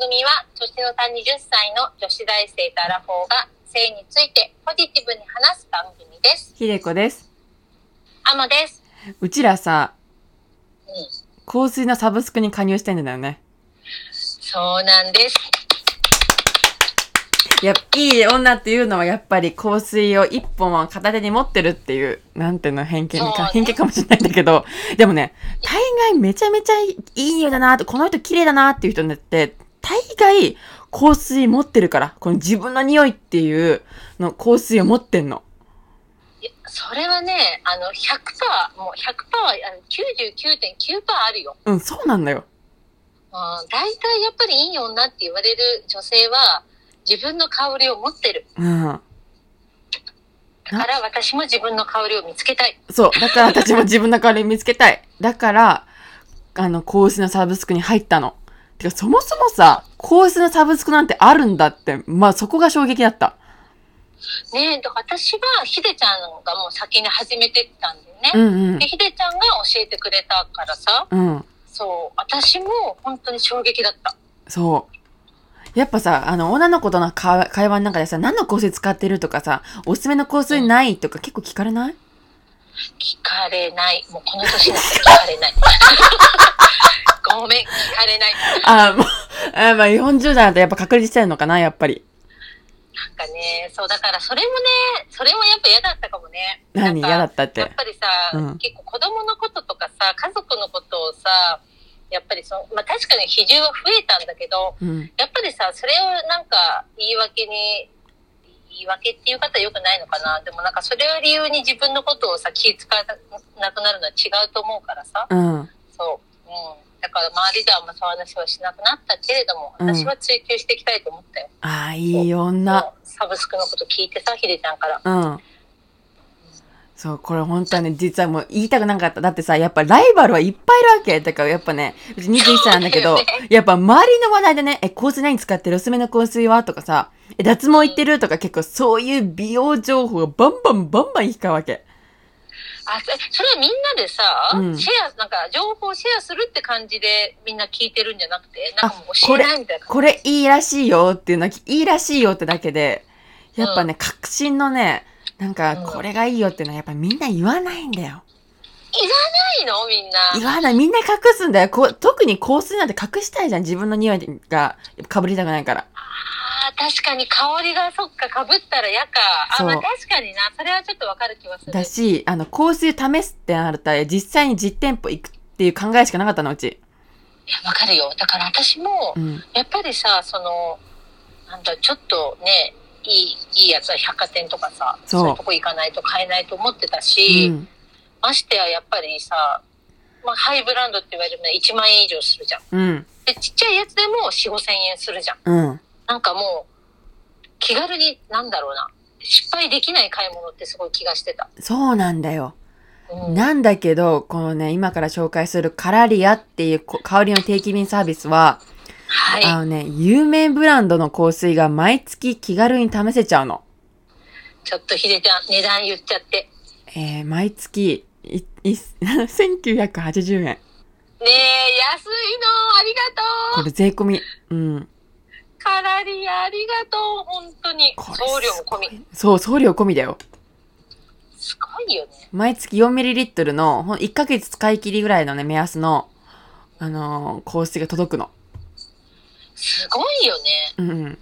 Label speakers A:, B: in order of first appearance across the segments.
A: 組は年の差20歳の女子大生とアラフォーが性についてポジティブに話す番組です。
B: ひでこです。
A: アモです。
B: うちらさ、
A: うん、
B: 香水のサブスクに加入してんだよね。
A: そうなんです。
B: やっぱいい女っていうのはやっぱり香水を一本は片手に持ってるっていう、なんていうの偏見
A: そう
B: か、
A: ね
B: 偏見かもしれないんだけど、でもね、大概めちゃめちゃいい匂いだなと、この人綺麗だなっていう人になって、大概香水持ってるから、この自分の匂いっていうの香水を持ってんの。
A: いやそれはね、あの、100%、もう100%は、あの99.9%あるよ。
B: うん、そうなんだよ。
A: うん、大体やっぱりいい女って言われる女性は、自分の香りを持ってる。
B: うん。
A: だから私も自分の香りを見つけたい。
B: そう。だから私も自分の代わり見つけたい。だから、あの、香水のサブスクに入ったの。てか、そもそもさ、香水のサブスクなんてあるんだって、まあそこが衝撃だった。
A: ねえ、だから私はひでちゃんがもう先に始めてたんだよね。
B: うんうん
A: で、。ひでちゃんが教えてくれたからさ、
B: うん。
A: そう、私も本当に衝撃だった。
B: そう。やっぱさ、あの、女の子との会会話の中でさ、何の香水使ってるとかさ、おすすめの香水ないとか結構聞かれない
A: 聞かれない。もうこの年になって聞かれ ない。ごめん、聞かれない。
B: あ、もう、 あまあ40代だとやっぱ確立してるのかな、やっぱり。
A: なんかね、そう、だからそれもね、それもやっぱ嫌だったかもね。なん
B: 何
A: か
B: 嫌だったっ。
A: やってぱりさ、
B: うん
A: 結構子供のこととかさ、家族のことをさ、やっぱりその、まあ確かに比重は増えたんだけど、
B: うん。
A: やっぱりさ、それをなんか言い訳に、言い訳っていう方よくないのかな。でもなんかそれを理由に自分のことをさ、気使わなくなるのは違うと思うからさ。
B: うん。
A: そう。うん。だから周りではあんまそう話はしなくなったけれども、
B: うん
A: 私は追求していきたいと思ったよ。
B: ああ、いい
A: も
B: 女。
A: うサブスクのこと聞いてさ、ひでちゃんから。
B: うん。そう、これ本当はね、実はもう言いたくなかった。だってさ、やっぱライバルはいっぱいいるわけ。だからやっぱね、うち21歳なんだけど、
A: そうだ
B: やっぱ周りの話題でね、え、香水何使ってるおすすめの香水はとかさ、え、脱毛行ってるとか結構そういう美容情報がバンバンバンバン引っかうわけ。
A: あ、そそれはみんなでさ、
B: うん
A: シェア、なんか情報をシェアするって感じでみんな聞いてるんじゃなくて、なんかもう
B: あこ
A: 教え
B: れ
A: ないみたいな。
B: これいいらしいよっていうのは、いいらしいよってだけで、やっぱね、確信のね、なんか
A: うん
B: これがいいよっていうのはやっぱみんな言わないんだよ。
A: ないのみんな。
B: 言わない。みんな隠すんだよ。こう特に香水なんて隠したいじゃん。自分の匂いが被りたくないから。
A: ああ、確かに香りがそっか、かぶったら嫌か。あ、
B: そう
A: まあ確かにな。それはちょっとわかる気はする。
B: だし、あの、香水試すってなると、実際に実店舗行くっていう考えしかなかったの、うち。
A: いや、わかるよ。だから私も
B: う、ん。
A: やっぱりさ、その、なんだ、ちょっとね、いい、いいやつは百貨店とかさ、
B: そう
A: いうとこ行かないと買えないと思ってた
B: う
A: し、
B: ん。
A: ましてややっぱりさ、まあハイブランドって言われるのは1万円以上するじゃん。
B: うん。
A: で、ちっちゃいやつでも4、5千円するじゃん。
B: うん。
A: なんかもう、気軽に、なんだろうな。失敗できない買い物ってすごい気がしてた。
B: そうなんだよ。
A: うん
B: なんだけど、このね、今から紹介するカラリアっていうこ香りの定期便サービスは、
A: はい。
B: あのね、有名ブランドの香水が毎月気軽に試せちゃうの。
A: ちょっとひでちゃん、値段言っちゃって。
B: えー、毎月、い、い、
A: ね
B: 1980円。
A: え、安いのありがと
B: これ税込み。うん。
A: うカラリアありがとう本当に。
B: これ
A: 送料も込み。
B: そう、送料込みだよ。
A: すごいよね。
B: 毎月 4ml の、ほん1ヶ月使い切りぐらいのね、目安の、あのー香水が届くの。
A: すごいよね。
B: うんうん。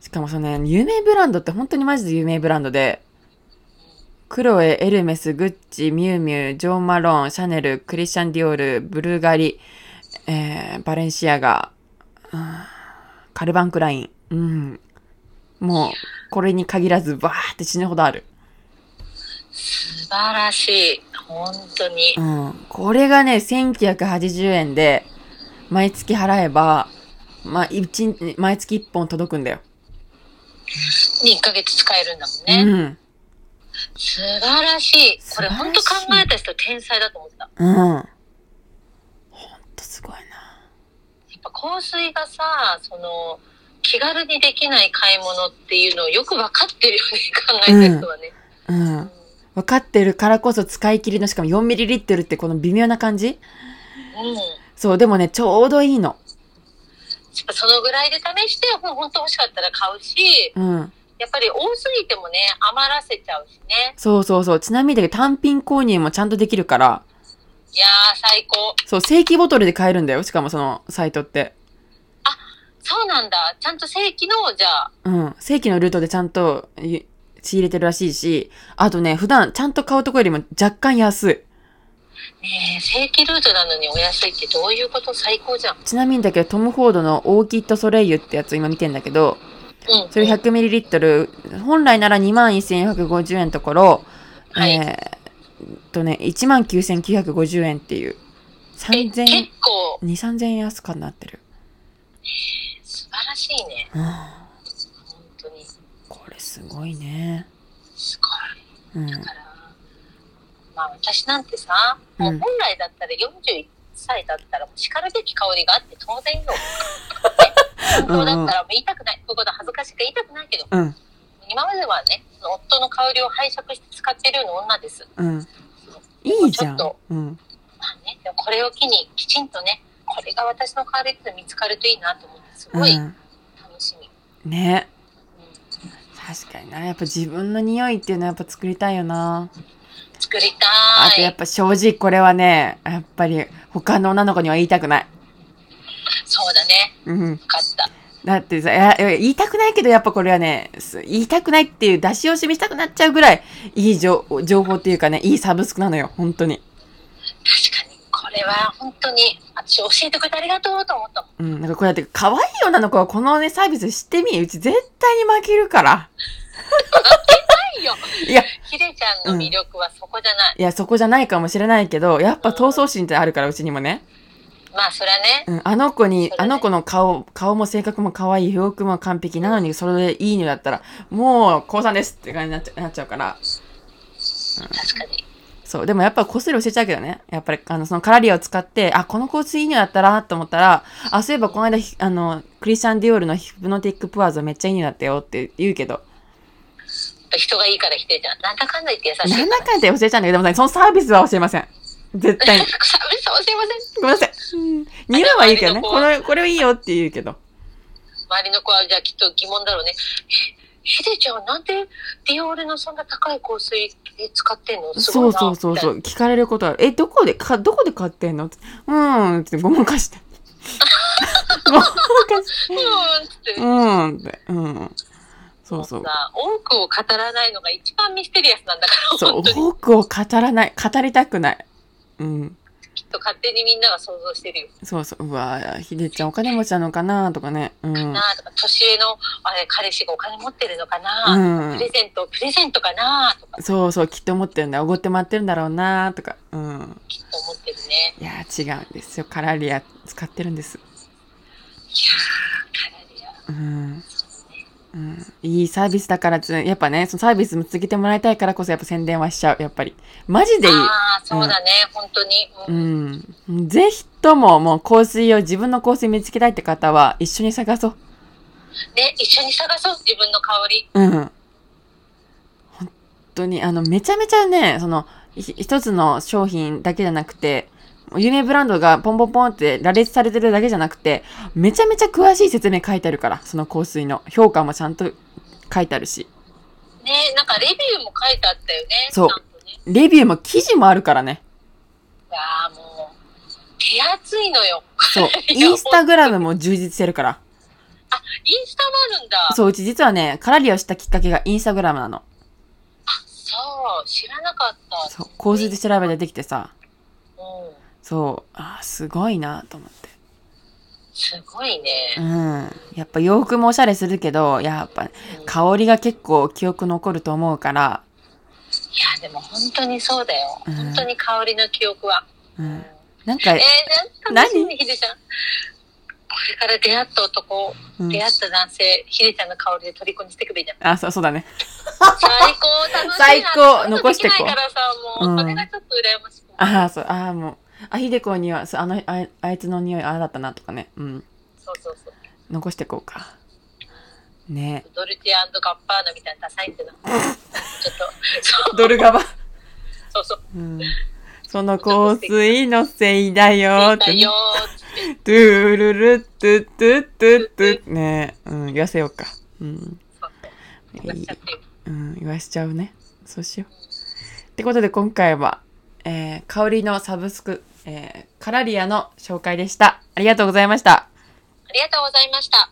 B: しかもそのね、有名ブランドって本当にマジで有名ブランドで、クロエ、エルメス、グッチ、ミュウミュウ、ジョー・マローン、シャネル、クリスチャン・ディオール、ブルガリ、えー、バレンシアガ、うんカルバン・クライン。うん。もう、これに限らず、バーって死ぬほどある。
A: 素晴らしい。本当に
B: う。ん。これがね、1980円で、毎月払えば、まあ、一日、毎月1本届くんだよ。
A: 1ヶ月使えるんだもんね。
B: うん。
A: 素晴らしい。これ
B: 素晴らしい
A: 本当考えた人天才だと思った。
B: うん。ほんとすごいな。
A: やっぱ香水がさ、その、気軽にできない買い物っていうのをよく分かってるよね、考えた人はね。
B: う
A: うん
B: ん。分かってるからこそ使い切りの、しかも 4ml ってこの微妙な感じ
A: うん
B: そう、でもね、ちょうどいいの。
A: そのぐらいで試して、もう本当欲しかったら買うし、
B: うん。
A: やっぱり多すぎてもね、余らせちゃうしね。
B: そうそうそう。ちなみにだけど単品購入もちゃんとできるから、
A: いやー、最高。
B: そう、正規ボトルで買えるんだよ。しかもそのサイトって。
A: そうなんだ。ちゃんと正規の、じゃあ、
B: うん。正規のルートでちゃんとい仕入れてるらしいし、あとね、普段ちゃんと買うとこよりも若干安い。
A: ねえ、正規ルートなのにお安いってどういうこと最高じゃん。
B: ちなみにだけど、トム・フォードのオーキッド・ソレイユってやつ今見てんだけど、
A: うん。
B: それ 100ml、本来なら21,450円のところ、
A: はい
B: えーっとね、19,950円っていう、
A: え
B: 3000、
A: 結構、
B: 2、3000円安くなってる。
A: 素晴らしいね。
B: うん
A: 本当に。
B: これすごいね。
A: すごい。
B: うん。
A: だから、まあ私なんてさ、もううん本来だったら41歳だったら、もう叱るべき香りがあって当然よ。 本当だったらもう言いたくない。こういうこと恥ずかしくて言いたくないけど、
B: うん。
A: 今まではね、その夫の香りを拝借して使ってるような女です。
B: うん。いいじゃん
A: ちょっと。
B: うん。
A: まあね、でもこれを機にきちんとね、これが私の香りって見つかるといいなと思って、すごい
B: うん
A: 楽しみ。
B: ね。
A: うん
B: 確かにな。やっぱ自分の匂いっていうのはやっぱ作りたいよな。
A: 作り
B: あ
A: た
B: とや
A: い
B: っ。ぱ正直これはね、やっぱり他の女の子には言いたくない。
A: そうだね。
B: うん。
A: 分かった。
B: だってさ、いやいや言いたくないけど、やっぱこれはね、す言いたくないっていう出し惜しみしたくなっちゃうぐらい、いい情情報っていうかね、いいサブスクなのよ、本当に。
A: 確かに、これは本当に、私教えてくれてありがとうと思ったもん。
B: うん、なんかこうやって、可愛い女の子はこのね、サービス知ってみ、うち絶対に負けるから。
A: ないよ。
B: いや、
A: ヒデちゃんの魅力はそこじゃない。
B: いや、そこじゃないかもしれないけど、やっぱ闘争心ってあるから、うちにもね。
A: まあ、そりゃね、
B: うん、あの子に、
A: そうだ
B: あ
A: ね
B: の子の顔、顔も性格も可愛い、洋服も完璧なのに、それでいいのだったら、もう、降参ですって感じになっちゃなっちゃうから。
A: 確かに。
B: そう。でもやっぱこっそり教えちゃうけどね。やっぱり、あの、そのカラリアを使って、あ、この香水いいのだったなと思ったら、あ、そういえばこの間、ひあの、クリスチャン・ディオールのヒプノティック・プアーズめっちゃいいのだったよって言うけど、
A: やっぱ人がいいからヒデちゃん。なんだかんだ言って優しい。
B: なんだかんだ教えちゃうんだけど、でもね、そのサービスは教えません。絶対 に。
A: 草ぶりさん、すいません。
B: ごめんな さい。うん匂いはいいけどね。
A: あでも
B: これ、これいいよって言うけど。
A: 周りの子は、じゃあきっと疑問だろうね。えヒデちゃん、なんでディオールのそんな高い香水使ってんのす
B: そ
A: ごいうな。
B: そうそうそ
A: み
B: う。聞かれることある。え、どこで、か、どこで買ってんのってうん、ってごま かして。ごまかし
A: た
B: て。
A: いなうん、つって。
B: うん、って。うん。そうそう
A: も。さ多くを語らないのが一番ミステリアスなんだから、
B: そう、
A: 本当に
B: 多くを語らない、語りたくない。うん。
A: きっと勝手にみんなが想像してるよ。
B: そうそう、うわぁ、ひでちゃんお金持ちなのかなとかね。うん。
A: なあとか、年上のあれ彼氏がお金持ってるのか
B: う
A: な、プ。
B: ん
A: レゼント、プレゼントかなとか、
B: そうそう、きっと思ってるんだ。おごってもらってるんだろうなとか。うん。
A: きっと思ってるね。
B: いやー、違うんですよ。カラリア使ってるんです。
A: カラリア
B: うん。うん、いいサービスだからつ、やっぱね、そのサービスも続けてもらいたいからこそ、やっぱ宣伝はしちゃう、やっぱり。マジでいい。
A: ああ、そうだね、本当に。
B: う
A: うん
B: ん。ぜひとも、もう香水を、自分の香水見つけたいって方は、一緒に探そう。
A: ね、一緒に探そう、自分の香り。
B: うん。本当に、あの、めちゃめちゃね、その、ひ一つの商品だけじゃなくて、有名ブランドがポンポンポンって羅列されてるだけじゃなくて、めちゃめちゃ詳しい説明書いてあるから、その香水の。評価もちゃんと書いてあるし。
A: ね、なんかレビューも書いてあったよね。
B: そう
A: ちゃんとね。
B: レビューも記事もあるからね。
A: いやーもう、手厚いのよ。
B: そう。
A: いや
B: インスタグラムも充実してるから。
A: インスタもあるんだ。
B: そう、うち実はね、カラリをしたきっかけがインスタグラムなの。
A: そう、知らなかった。
B: そう。香水で調べてできてさ、
A: うん、
B: そう。あーすごいなと思って。
A: すごいね。
B: うん。やっぱ洋服もおしゃれするけど、やっぱ
A: うん
B: 香りが結構記憶残ると思うから、
A: いや、でも本当にそうだよ。
B: うん
A: 本当に香りの記憶は。
B: う
A: うんん。
B: なんか
A: え、ー、じゃあ楽しみにひでちゃん。これから出会った男、
B: うん
A: 出会った男性、ひでちゃんの香りで虜にしていけばいいじゃん。
B: あ、そう、そうだね。
A: 最高、楽しいな。
B: 最高
A: そんなの
B: 残してこう
A: できないからさ、もう、
B: うん
A: それがちょっと羨ましくなる。
B: あーそう、あーもう、あ、ひでこには、そうあの、ああいつの匂い、ああだったなとかね。うん。
A: そうそうそう。
B: 残してこうか。ね
A: ドルチェガッパーナみたいなダサいってな。ちょっと、そう
B: ドルガバ。
A: そうそう。
B: うん。その香水のせいだよーっ
A: だ
B: てね。
A: よーっつって。
B: トゥルルトゥトゥトゥトゥねえ、うん、言わせようか。うん、
A: そうそう。言っちゃってる。
B: うん、言わしちゃうね。そうしよう。ってことで今回は、えー、香りのサブスク、えー、カラリアの紹介でした。ありがとうございました。
A: ありがとうございました。